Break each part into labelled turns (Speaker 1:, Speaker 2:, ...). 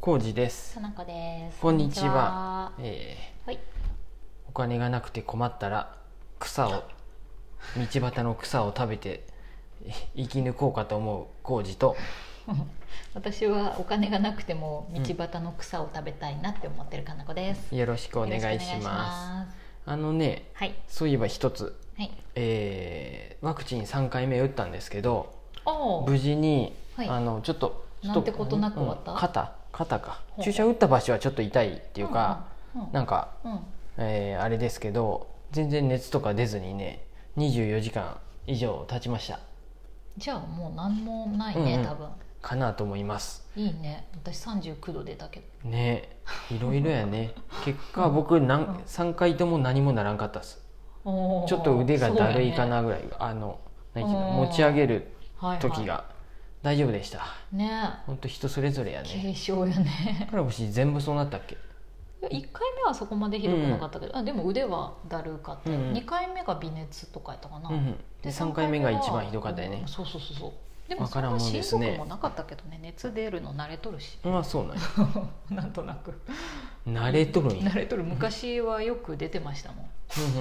Speaker 1: 浩二です
Speaker 2: さ、なこです。
Speaker 1: こんにちは
Speaker 2: こんに
Speaker 1: え
Speaker 2: ちは。はい。
Speaker 1: ーお金がなくて困ったら草を道端の草を食べてえ生き抜こうかと思う浩二と
Speaker 2: 私はお金がなくても道端の草を食べたいなって思ってるかなこです。
Speaker 1: よろしくお願いし
Speaker 2: よ
Speaker 1: ま
Speaker 2: ろ
Speaker 1: す
Speaker 2: くお願いします。
Speaker 1: あのね
Speaker 2: はい。
Speaker 1: そういえば一つ、
Speaker 2: はい。
Speaker 1: えーワクチン3回目打ったんですけど
Speaker 2: おお。
Speaker 1: 無事に、
Speaker 2: はい
Speaker 1: あのちょっとちょっ
Speaker 2: なんてことなく終わった
Speaker 1: うん肩肩か
Speaker 2: ほう
Speaker 1: 注射打った場所はちょっと痛いっていうか、
Speaker 2: うんうんうん
Speaker 1: なんか
Speaker 2: うん。
Speaker 1: えーあれですけど全然熱とか出ずにね24時間以上経ちました
Speaker 2: じゃあもう何もないね、
Speaker 1: うんうん
Speaker 2: 多分。
Speaker 1: かなと思います
Speaker 2: いいね。私三十九度出たけど。
Speaker 1: ねいろいろや ね結果僕なん、
Speaker 2: うん
Speaker 1: 3回とも何もならんかったっす
Speaker 2: おー
Speaker 1: ちょっと腕がだるいか。
Speaker 2: そうや
Speaker 1: な
Speaker 2: ね
Speaker 1: ぐらい、あの何ていうの
Speaker 2: うん
Speaker 1: 持ち上げる
Speaker 2: はいはい
Speaker 1: 時が大丈夫でした
Speaker 2: ね。
Speaker 1: ほんと人それぞれやね
Speaker 2: 軽症よ ね。
Speaker 1: カラボシ全部そうなったっけ
Speaker 2: いや一回目はそこまでひどくなかったけど、あでも腕はだるかったよ。
Speaker 1: うんうん
Speaker 2: 二、回目が微熱とかやったかな。
Speaker 1: うんうんで3回目が一番ひどかったよね
Speaker 2: うんそうそうそうそうでも
Speaker 1: わ
Speaker 2: そ
Speaker 1: か
Speaker 2: ん
Speaker 1: らんも
Speaker 2: なんし
Speaker 1: で
Speaker 2: ん
Speaker 1: す
Speaker 2: ど
Speaker 1: ね
Speaker 2: くもなかったけどね熱出るの慣れとるし
Speaker 1: まあそうなんや
Speaker 2: なんとなく
Speaker 1: 慣れとるんや
Speaker 2: 慣れとる昔はよく出てましたもん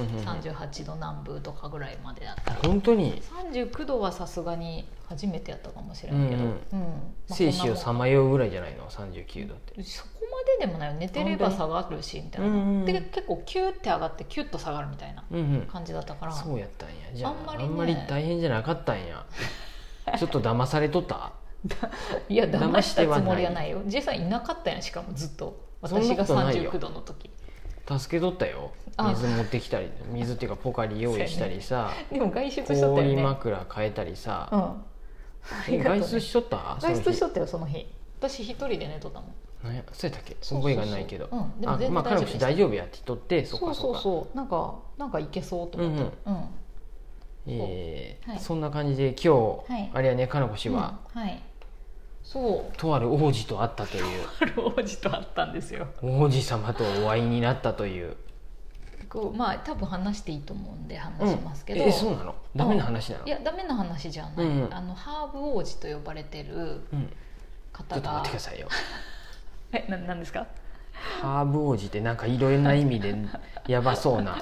Speaker 1: うんうんうん
Speaker 2: 38度南部とかぐらいまでだったら
Speaker 1: 本当に
Speaker 2: 39度はさすがに初めてやったかもしれないけど
Speaker 1: うん
Speaker 2: うんまあ
Speaker 1: 生死を
Speaker 2: そ
Speaker 1: さ
Speaker 2: んなもん
Speaker 1: まようぐらいじゃないの39度って
Speaker 2: そこまででもないよ寝てれば下がるしみたいな、
Speaker 1: うんうんうん
Speaker 2: で結構キューって上がってキュッと下がるみたいな
Speaker 1: うんうん
Speaker 2: 感じだったから
Speaker 1: そうやったんやじゃあ
Speaker 2: あんまりね
Speaker 1: あんまり大変じゃなかったん やちょっと騙されとった
Speaker 2: いや騙した
Speaker 1: 騙して
Speaker 2: つもりは
Speaker 1: はな
Speaker 2: ないよジェイさんいなかったやんしかもずっと
Speaker 1: そん
Speaker 2: 私
Speaker 1: な
Speaker 2: が
Speaker 1: ことないよ
Speaker 2: 39度の時
Speaker 1: 助けとったよ
Speaker 2: あ
Speaker 1: 水持ってきたり水っていうかポカリ用意したり さ、
Speaker 2: でも外出しとったよ
Speaker 1: 氷
Speaker 2: ね、うん、
Speaker 1: 枕変えたりさ、え
Speaker 2: 外りがとうね
Speaker 1: 外出しと った
Speaker 2: 出
Speaker 1: と
Speaker 2: しとったよその日私一人で寝とったもん
Speaker 1: 何やそうやったっけ
Speaker 2: そうそ
Speaker 1: 覚
Speaker 2: うそう
Speaker 1: えがないけど
Speaker 2: うんでも
Speaker 1: あ
Speaker 2: 全然
Speaker 1: まあ
Speaker 2: 大
Speaker 1: 彼も
Speaker 2: 丈夫でした
Speaker 1: 大丈夫やって言っとってそっ
Speaker 2: そう
Speaker 1: かそ
Speaker 2: そ
Speaker 1: っ
Speaker 2: う
Speaker 1: か
Speaker 2: そうなんかなんかいけそうと思ってうん、
Speaker 1: えー
Speaker 2: はい
Speaker 1: そんな感じで今日、
Speaker 2: はい
Speaker 1: あれやねかなこ氏
Speaker 2: うん
Speaker 1: は、
Speaker 2: はいそう
Speaker 1: とある王子と会ったという
Speaker 2: ある王子と会ったんですよ
Speaker 1: 王子様とお会いになったという
Speaker 2: こうまあ多分話していいと思うんで話しますけど、
Speaker 1: うんえそうなのダメな話なの、
Speaker 2: いやダメな話じゃない、
Speaker 1: うんうん
Speaker 2: あのハーブ王子と呼ばれてる
Speaker 1: うんちょ
Speaker 2: 方
Speaker 1: っと待っ
Speaker 2: が
Speaker 1: てくださいよ
Speaker 2: えななんですか
Speaker 1: ハーブ王子ってなんかいろんな意味でやばそう な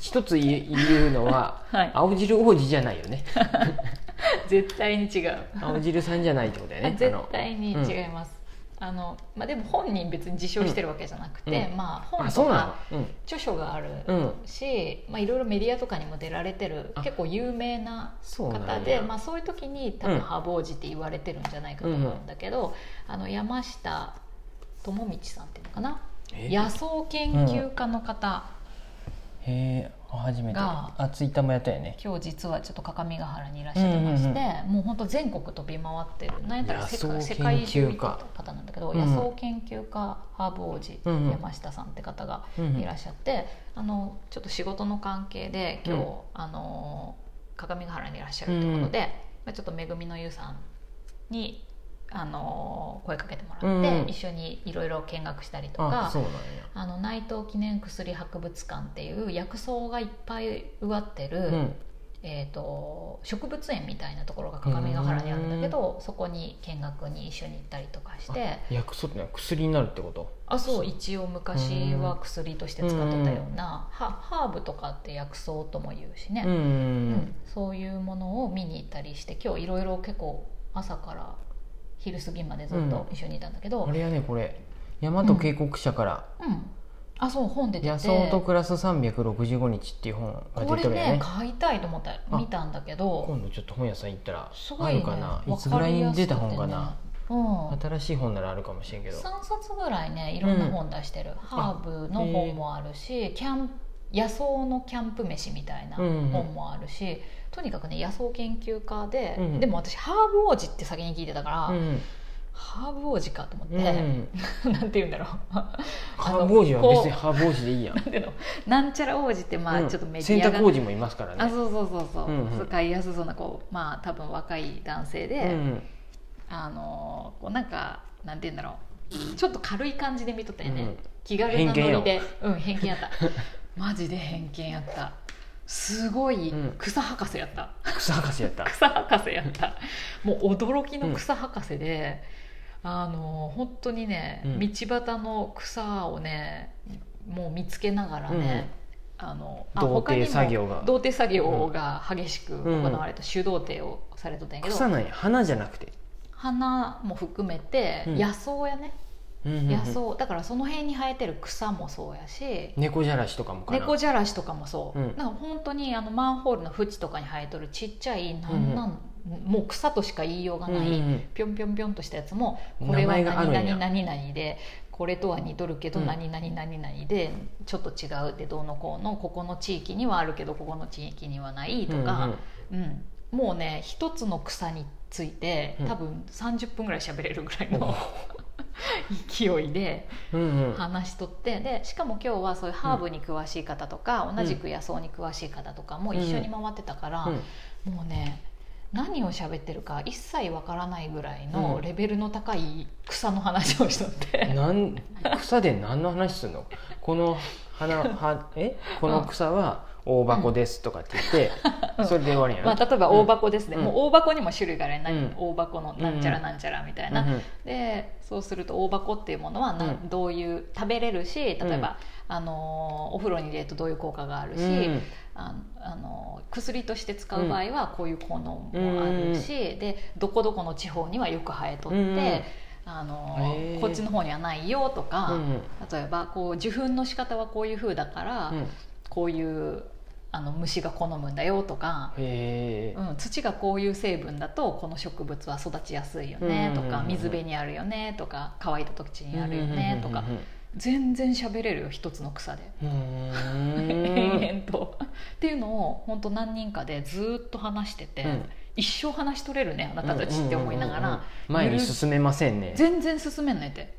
Speaker 1: 一つ言う言うのは、
Speaker 2: はい
Speaker 1: 青汁王子じゃないよね
Speaker 2: 絶対に違う
Speaker 1: 青汁さんじゃないってことだよ
Speaker 2: あ
Speaker 1: ね
Speaker 2: 絶対に違
Speaker 1: う
Speaker 2: います、あのまあ、でも本人別に自称してるわけじゃなくて、
Speaker 1: うん
Speaker 2: まあ、
Speaker 1: あ
Speaker 2: 本
Speaker 1: そ
Speaker 2: と
Speaker 1: う
Speaker 2: か
Speaker 1: なのうん
Speaker 2: 著書がある
Speaker 1: うん
Speaker 2: し、まあ、いろいろメディアとかにも出られてる
Speaker 1: あ
Speaker 2: 結構有名な
Speaker 1: そうなんや
Speaker 2: 方でまあ、そういう時に多
Speaker 1: うん
Speaker 2: 分「ハボージ」って言われてるんじゃないかと思うんだけど、あの山下智道さんっていうのかな
Speaker 1: え
Speaker 2: 野草研究家の方、
Speaker 1: へえ初めて
Speaker 2: が
Speaker 1: あツイッターもやったよね
Speaker 2: 今日実はちょっと各務原にいらっしゃってまして、
Speaker 1: うんうん
Speaker 2: もう本当全国飛び回ってるなんやったら世
Speaker 1: 野
Speaker 2: 界
Speaker 1: 草研
Speaker 2: 世
Speaker 1: 究家
Speaker 2: 界中に行った方なんだけど、
Speaker 1: うん
Speaker 2: 野草研究家ハーブ王子、
Speaker 1: うんうん
Speaker 2: 山下さんって方が
Speaker 1: うん
Speaker 2: いらっしゃって、あのちょっと仕事の関係で今日、
Speaker 1: うん
Speaker 2: あの各務原にいらっしゃるということで、まあ、ちょっとめぐみのゆうさんにあの声かけてもらって、
Speaker 1: うん
Speaker 2: 一緒にいろいろ見学したりと
Speaker 1: あ
Speaker 2: か
Speaker 1: そうなんや
Speaker 2: あの内藤記念薬博物館っていう薬草がいっぱい植わってる、
Speaker 1: うん
Speaker 2: えー、と植物園みたいなところが各務原にあるんだけどそこに見学に一緒に行ったりとかして
Speaker 1: 薬草ってのは薬になるってこと
Speaker 2: あそう一応昔は薬として使ってたようなハハーブとかって薬草とも言うし
Speaker 1: うんう
Speaker 2: ね、
Speaker 1: ん
Speaker 2: う
Speaker 1: うん
Speaker 2: んそういうものを見に行ったりして今日いろいろ結構朝から昼過ぎまでずっと一緒にいたんだけど、う
Speaker 1: あ
Speaker 2: ん
Speaker 1: れやねこれ大和渓谷社から
Speaker 2: あそう本
Speaker 1: 「
Speaker 2: 出て
Speaker 1: 野
Speaker 2: て
Speaker 1: 草と暮らす365日」っていう本
Speaker 2: こ
Speaker 1: が出
Speaker 2: れ
Speaker 1: てるよ
Speaker 2: ね
Speaker 1: ね
Speaker 2: 買いたいと思った
Speaker 1: あ
Speaker 2: 見たんだけど
Speaker 1: 今度ちょっと本屋さん行ったら
Speaker 2: す
Speaker 1: あ
Speaker 2: ごい、
Speaker 1: る
Speaker 2: ね、
Speaker 1: かな、い
Speaker 2: わ
Speaker 1: つぐらいに出た
Speaker 2: かり
Speaker 1: 本
Speaker 2: やすく
Speaker 1: か
Speaker 2: てね
Speaker 1: な、
Speaker 2: うん、
Speaker 1: 新しい本ならあるかもしれんけど
Speaker 2: 3冊ぐらいねいろんな本出してる、ハーブの本もあるし、キャン野草のキャンプ飯みたいな
Speaker 1: うんうん
Speaker 2: 本もあるし、とにかくね野草研究家で、
Speaker 1: うん
Speaker 2: でも私ハーブ王子って先に聞いてたから、
Speaker 1: うん
Speaker 2: ハーブ王子かと思っ
Speaker 1: うん、
Speaker 2: て、 なんて言うんだろう
Speaker 1: ハーブ王子は別に
Speaker 2: あのこ
Speaker 1: ハーブ王子でいいやん、
Speaker 2: うなんて いうのなんちゃら王子ってまあ
Speaker 1: うん
Speaker 2: ちょっとメデ
Speaker 1: 洗
Speaker 2: ィア
Speaker 1: 濯
Speaker 2: が、
Speaker 1: 王子もいますから
Speaker 2: あ
Speaker 1: ね
Speaker 2: そうそうそうそう、
Speaker 1: うんうん
Speaker 2: 使いやすそうなこうまあ多分若い男性で、
Speaker 1: うん
Speaker 2: あのこうなんかなんて言うんだろうちょっと軽い感じで見とったよね、
Speaker 1: うん
Speaker 2: 気軽なノリ
Speaker 1: 偏見
Speaker 2: でうん偏見やった マジで偏見やったすごい
Speaker 1: うん
Speaker 2: 草博士やった、
Speaker 1: 草博士やった
Speaker 2: 草博士やったもう驚きの草博士で、あの本当にね、
Speaker 1: うん
Speaker 2: 道端の草をねもう見つけながらね、あのあ
Speaker 1: 童貞作
Speaker 2: 他
Speaker 1: 業
Speaker 2: に
Speaker 1: が
Speaker 2: も童貞作業が激しく行われた、手動貞をされとったんやけど
Speaker 1: 草なんや花じゃなくて、
Speaker 2: 花も含めて
Speaker 1: うん
Speaker 2: 野草やね、
Speaker 1: うんうんうん
Speaker 2: 野草だからその辺に生えてる草もそうやし
Speaker 1: 猫じゃらしとかもかな
Speaker 2: 猫じゃらしとかもそう、
Speaker 1: うん
Speaker 2: なんか本当にあのマンホールの縁とかに生えとるちっちゃいな
Speaker 1: うんん
Speaker 2: なん、もう草としか言いようがない、
Speaker 1: うんうんうん
Speaker 2: ぴょんぴょんぴょんとしたやつもこれは
Speaker 1: 名前があ
Speaker 2: 何
Speaker 1: るんや
Speaker 2: 々何々でこれとは似とるけど
Speaker 1: うん
Speaker 2: 何々何々でちょっと違うでどうのこうのここの地域にはあるけどここの地域にはないとか、うんもうね一つの草について
Speaker 1: うん
Speaker 2: 多分30分ぐらい喋れるぐらい
Speaker 1: うんうん
Speaker 2: の 勢いで
Speaker 1: うんうん
Speaker 2: 話しとってでしかも今日はそういうハーブに詳しい方とか、同じく野草に詳しい方とかも一緒に回ってたから、
Speaker 1: うん
Speaker 2: もうね何を喋ってるか一切わからないぐらいのレベルの高い草の話をしとって、
Speaker 1: なん草で何の話すんのこの花はえこの草は大箱ですとかって言って、
Speaker 2: うん
Speaker 1: それで終わりやな、
Speaker 2: まあ、例えば大箱ですね、
Speaker 1: うん
Speaker 2: もう大箱にも種類があれ、何
Speaker 1: うん
Speaker 2: 大箱のなんちゃらなんちゃらみたいな、でそうすると大箱っていうものはな、
Speaker 1: うん
Speaker 2: どういう食べれるし例えば、
Speaker 1: うん
Speaker 2: あのーお風呂に入れるとどういう効果があるし、
Speaker 1: うん
Speaker 2: ああのー薬として使う場合はこういう効能もあるし、でどこどこの地方にはよく生えとって、
Speaker 1: うん
Speaker 2: あのー
Speaker 1: へー
Speaker 2: こっちの方にはないよとか、
Speaker 1: うんうん
Speaker 2: 例えばこう受粉の仕方はこういう風だから、
Speaker 1: うん
Speaker 2: こういうあの虫が好むんだよとか。
Speaker 1: へえ
Speaker 2: うん、土がこういう成分だとこの植物は育ちやすいよねと
Speaker 1: うんうん
Speaker 2: か
Speaker 1: うん
Speaker 2: 水辺にあるよねとか乾いた土地にあるよねとか
Speaker 1: うん
Speaker 2: 全然喋れるよ一つの草で
Speaker 1: うんうんうんうん
Speaker 2: 延々と。っていうのを本当何人かでずっと話してて、
Speaker 1: うん
Speaker 2: 一生話しとれるねあなたたちって思いながら、
Speaker 1: うんうんうんうん前に進めませんね
Speaker 2: 全然進めんねって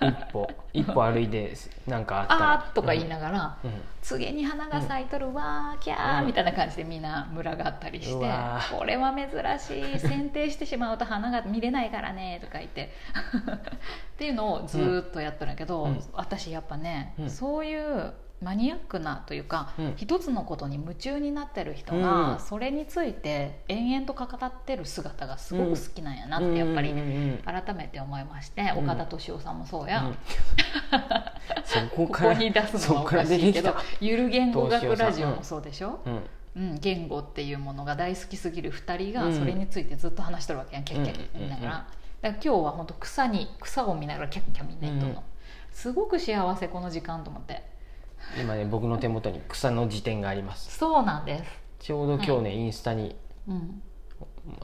Speaker 1: 一歩一歩歩いてなんかあ
Speaker 2: 「
Speaker 1: ったら
Speaker 2: あー」とか言いながら。
Speaker 1: うんうん
Speaker 2: 次に花が咲いとるわーキャー
Speaker 1: うん
Speaker 2: みたいな感じでみんな群がったりして
Speaker 1: うわー
Speaker 2: これは珍しい剪定してしまうと花が見れないからねとか 言ってっていうのをずーっとやったんだけど、
Speaker 1: うん
Speaker 2: 私やっぱね、
Speaker 1: うん
Speaker 2: そういうマニアックなというか、
Speaker 1: うん
Speaker 2: 一つのことに夢中になってる人が、
Speaker 1: うん
Speaker 2: それについて延々と語ってる姿がすごく好きなんやなってやっぱ
Speaker 1: うんう
Speaker 2: り
Speaker 1: んうん
Speaker 2: 改めて思いまして、
Speaker 1: うん
Speaker 2: 岡田敏夫さんもそうや、
Speaker 1: うんそこ
Speaker 2: こ
Speaker 1: から
Speaker 2: こに出すのはおかしいけど「ゆる言語学ラジオ」もそうでしょ、
Speaker 1: うん
Speaker 2: うん、言語っていうものが大好きすぎる2人
Speaker 1: う
Speaker 2: が
Speaker 1: ん
Speaker 2: それについてずっと話してるわけやんキャッキャ言いながら
Speaker 1: うんうんうんうん
Speaker 2: だから今日は本当草に草を見ながらキャッキャみんな言っとるの、
Speaker 1: うん
Speaker 2: すごく幸せこの時間と思って
Speaker 1: 今ね僕の手元に草の辞典があります
Speaker 2: そうなんです、
Speaker 1: ちょうど今日ね、インスタに
Speaker 2: うん、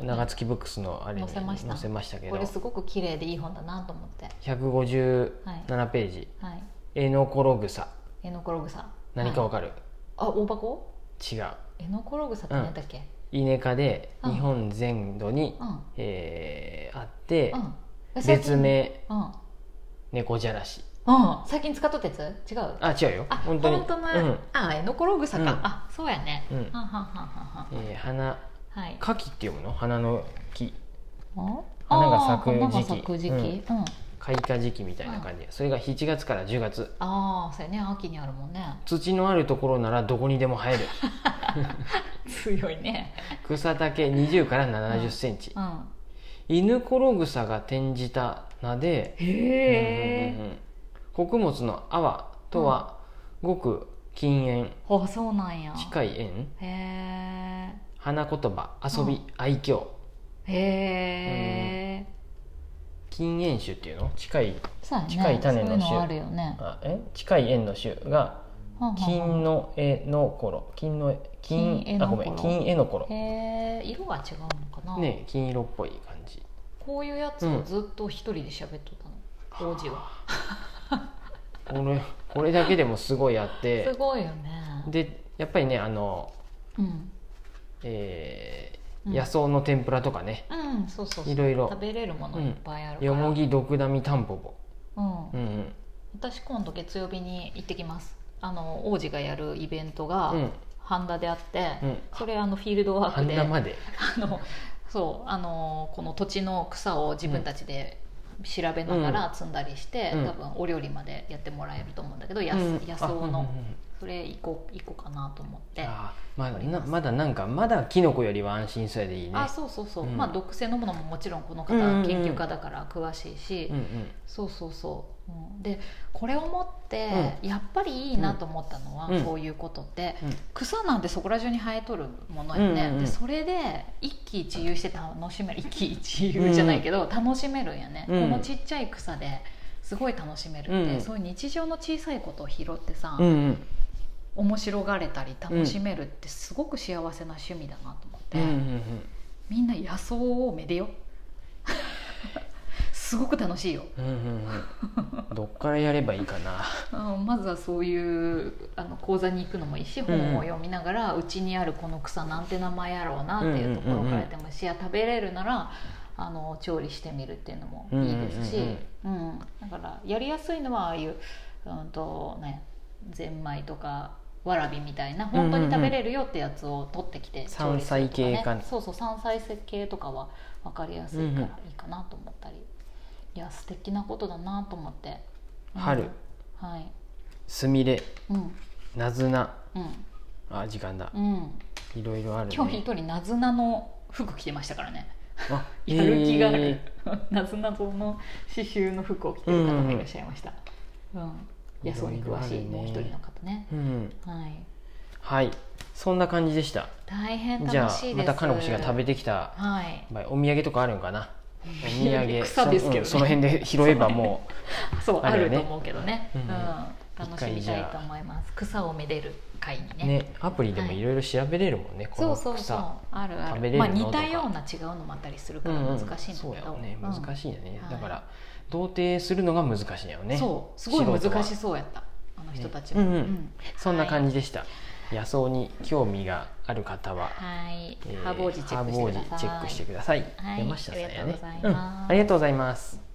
Speaker 1: 長月ブックスのあれに
Speaker 2: 載せました
Speaker 1: 載せましたけ
Speaker 2: こ
Speaker 1: ど
Speaker 2: れすごく綺麗でいい本だなと思って
Speaker 1: 157ページ
Speaker 2: はい
Speaker 1: 「えのころ草
Speaker 2: エノコログサ」
Speaker 1: 何かわ
Speaker 2: は
Speaker 1: か
Speaker 2: い
Speaker 1: る、
Speaker 2: あ大箱
Speaker 1: 違う
Speaker 2: エノコログサって何だっけ
Speaker 1: イネ科で
Speaker 2: うん
Speaker 1: 日本全土に、
Speaker 2: うん、うん
Speaker 1: えーあって、
Speaker 2: 最近
Speaker 1: 別名
Speaker 2: うん、うん、
Speaker 1: 猫じゃらし
Speaker 2: 最近使っとったやつ違う
Speaker 1: あ違うよ
Speaker 2: あ
Speaker 1: 本当にう
Speaker 2: の、
Speaker 1: ん
Speaker 2: あエノコログサか、
Speaker 1: うん
Speaker 2: あそうやね、
Speaker 1: うん
Speaker 2: はんはんはんはんはん
Speaker 1: えー花
Speaker 2: はい
Speaker 1: 花期って読むの花の木
Speaker 2: お
Speaker 1: 花が咲く
Speaker 2: あー花
Speaker 1: 時
Speaker 2: が
Speaker 1: 期
Speaker 2: 咲く時期、
Speaker 1: う
Speaker 2: う
Speaker 1: んん開花時期みたいな感じそれが7月から10月
Speaker 2: ああそうやね秋にあるもんね
Speaker 1: 土のあるところならどこにでも生える
Speaker 2: 強いね
Speaker 1: 草丈20から7 0センチ、
Speaker 2: うん
Speaker 1: 犬コログサが転じた名で、
Speaker 2: へ
Speaker 1: うん
Speaker 2: え
Speaker 1: うんうん穀物の泡とは、ごく禁煙
Speaker 2: あそうなんや
Speaker 1: 近い縁
Speaker 2: へえ
Speaker 1: 花言葉遊
Speaker 2: う
Speaker 1: び
Speaker 2: ん
Speaker 1: 愛嬌
Speaker 2: へえ
Speaker 1: 禁煙種っていうの近い
Speaker 2: そうやね
Speaker 1: 近い種の
Speaker 2: そういう
Speaker 1: 種
Speaker 2: のあるよね
Speaker 1: あえ近い縁の種が
Speaker 2: はんはんはん
Speaker 1: 金の絵の頃金の金
Speaker 2: 金絵の頃
Speaker 1: あごめん金絵の頃
Speaker 2: へえ色が違うのかな、
Speaker 1: ね金色っぽい感じ
Speaker 2: こういうやつをずっと一人で喋っとったの当時は
Speaker 1: これこれだけでもすごいあっ
Speaker 2: す
Speaker 1: て
Speaker 2: ごいよね
Speaker 1: でやっぱりねあの、
Speaker 2: うん
Speaker 1: えー
Speaker 2: うん
Speaker 1: 野草の天ぷらとかね、
Speaker 2: うん、そうそうそう
Speaker 1: いろいろ
Speaker 2: 食べれるものいっぱいあるから、
Speaker 1: よもぎドクダミタンポポ
Speaker 2: うん
Speaker 1: うんうん
Speaker 2: 私今度月曜日に行ってきますあの王子がやるイベントが
Speaker 1: うん
Speaker 2: ハンダであって、
Speaker 1: うん
Speaker 2: それあのフィールドワークで
Speaker 1: 半田まで
Speaker 2: あのそうあのこの土地の草を自分たちで調べながら積んだりして、
Speaker 1: うん
Speaker 2: 多分お料理までやってもらえると思うんだけど、
Speaker 1: う
Speaker 2: やす
Speaker 1: ん
Speaker 2: 野草
Speaker 1: あうんうん
Speaker 2: のそれ一個一個かなと思ってあ
Speaker 1: あーまあなまだなんかまだキノコよりは安心そうやでいいね
Speaker 2: そうそうそう、
Speaker 1: うん
Speaker 2: まあ毒性のものももちろんこの方
Speaker 1: うんうんうん
Speaker 2: 研究家だから詳しいし、
Speaker 1: うん
Speaker 2: そうそうそう、うん、でこれを持ってやっぱりいいなと思ったのは、
Speaker 1: うん
Speaker 2: こういうことって、
Speaker 1: うん
Speaker 2: 草なんてそこら中に生えとるものよ
Speaker 1: う
Speaker 2: ね、
Speaker 1: んうんうん
Speaker 2: でそれで一喜一憂して楽しめる一喜一憂じゃないけど、楽しめるんやね、
Speaker 1: うん
Speaker 2: このちっちゃい草ですごい楽しめるって、
Speaker 1: うん
Speaker 2: そういう日常の小さいことを拾ってさ、
Speaker 1: うんうん
Speaker 2: 面白がれたり楽しめるってすごく幸せな趣味だなと思って、
Speaker 1: うんうんうん
Speaker 2: みんな野草をめでよ すごく楽しいよ、
Speaker 1: うんうんうんどっからやればいいかな
Speaker 2: うんまずはそういうあの講座に行くのもいいし本を読みながらうち、にあるこの草なんて名前やろうなっていうところからでもし、いや食べれるならあの調理してみるっていうのもいいですし、うんだからやりやすいのはああいう、うんとね、ゼンマイとかわらびみたいな本当に食べれるよってやつを取ってきて調理するとか、
Speaker 1: 山
Speaker 2: ね
Speaker 1: 菜系か
Speaker 2: そうそう山菜系とかは分かりやすいからいいかなと思ったり、いや素敵なことだなと思って。うん
Speaker 1: 春
Speaker 2: はい
Speaker 1: すみれ
Speaker 2: うん
Speaker 1: なずな
Speaker 2: うん
Speaker 1: あ時間だ
Speaker 2: うん
Speaker 1: いろいろある、ね、
Speaker 2: 今日一人なずなの服着てましたからね
Speaker 1: あ
Speaker 2: やる気があ
Speaker 1: え
Speaker 2: る
Speaker 1: ー
Speaker 2: なずなぞの刺繍の服を着てる方がいらっしゃいましたうん、野草に詳しい
Speaker 1: いろいろあるね
Speaker 2: もう一人の方ね
Speaker 1: うん
Speaker 2: はい
Speaker 1: はいそんな感じでした
Speaker 2: 大変
Speaker 1: じゃ
Speaker 2: 楽
Speaker 1: あ
Speaker 2: しいです
Speaker 1: またかのこ氏が食べてきた
Speaker 2: はい
Speaker 1: 場合お土産とかあるん かなお土産
Speaker 2: 草ですけどね
Speaker 1: そのうんその辺で 拾えばも
Speaker 2: そう
Speaker 1: あ
Speaker 2: あ
Speaker 1: るよ
Speaker 2: る
Speaker 1: ね
Speaker 2: と思うけどね、
Speaker 1: う
Speaker 2: うんん
Speaker 1: うん
Speaker 2: 楽しみたいと思います草をめでる会に
Speaker 1: う
Speaker 2: ね
Speaker 1: ねアプリでもいろいろ調べれるもんね、こ
Speaker 2: そ
Speaker 1: の
Speaker 2: う
Speaker 1: 草
Speaker 2: そうそうあるあ
Speaker 1: 食
Speaker 2: る
Speaker 1: べれる
Speaker 2: ま
Speaker 1: の
Speaker 2: あ
Speaker 1: とか
Speaker 2: 似たような違うのもあったりするから難しいんだけど、
Speaker 1: そうやろうね
Speaker 2: うん
Speaker 1: 難しいよね、
Speaker 2: はい
Speaker 1: だから同定するのが難しいよね
Speaker 2: そうすごい
Speaker 1: 素人は
Speaker 2: 難しそうやったあの人たち
Speaker 1: ねうんうんそんな
Speaker 2: じ
Speaker 1: 感じでした、野草に興味がある方は、
Speaker 2: はい
Speaker 1: えー
Speaker 2: ハーボージチェックしてください
Speaker 1: ハーボージチェックしてください
Speaker 2: はい
Speaker 1: 山下さんやねうんあ
Speaker 2: ありがとうございます
Speaker 1: りがとうございます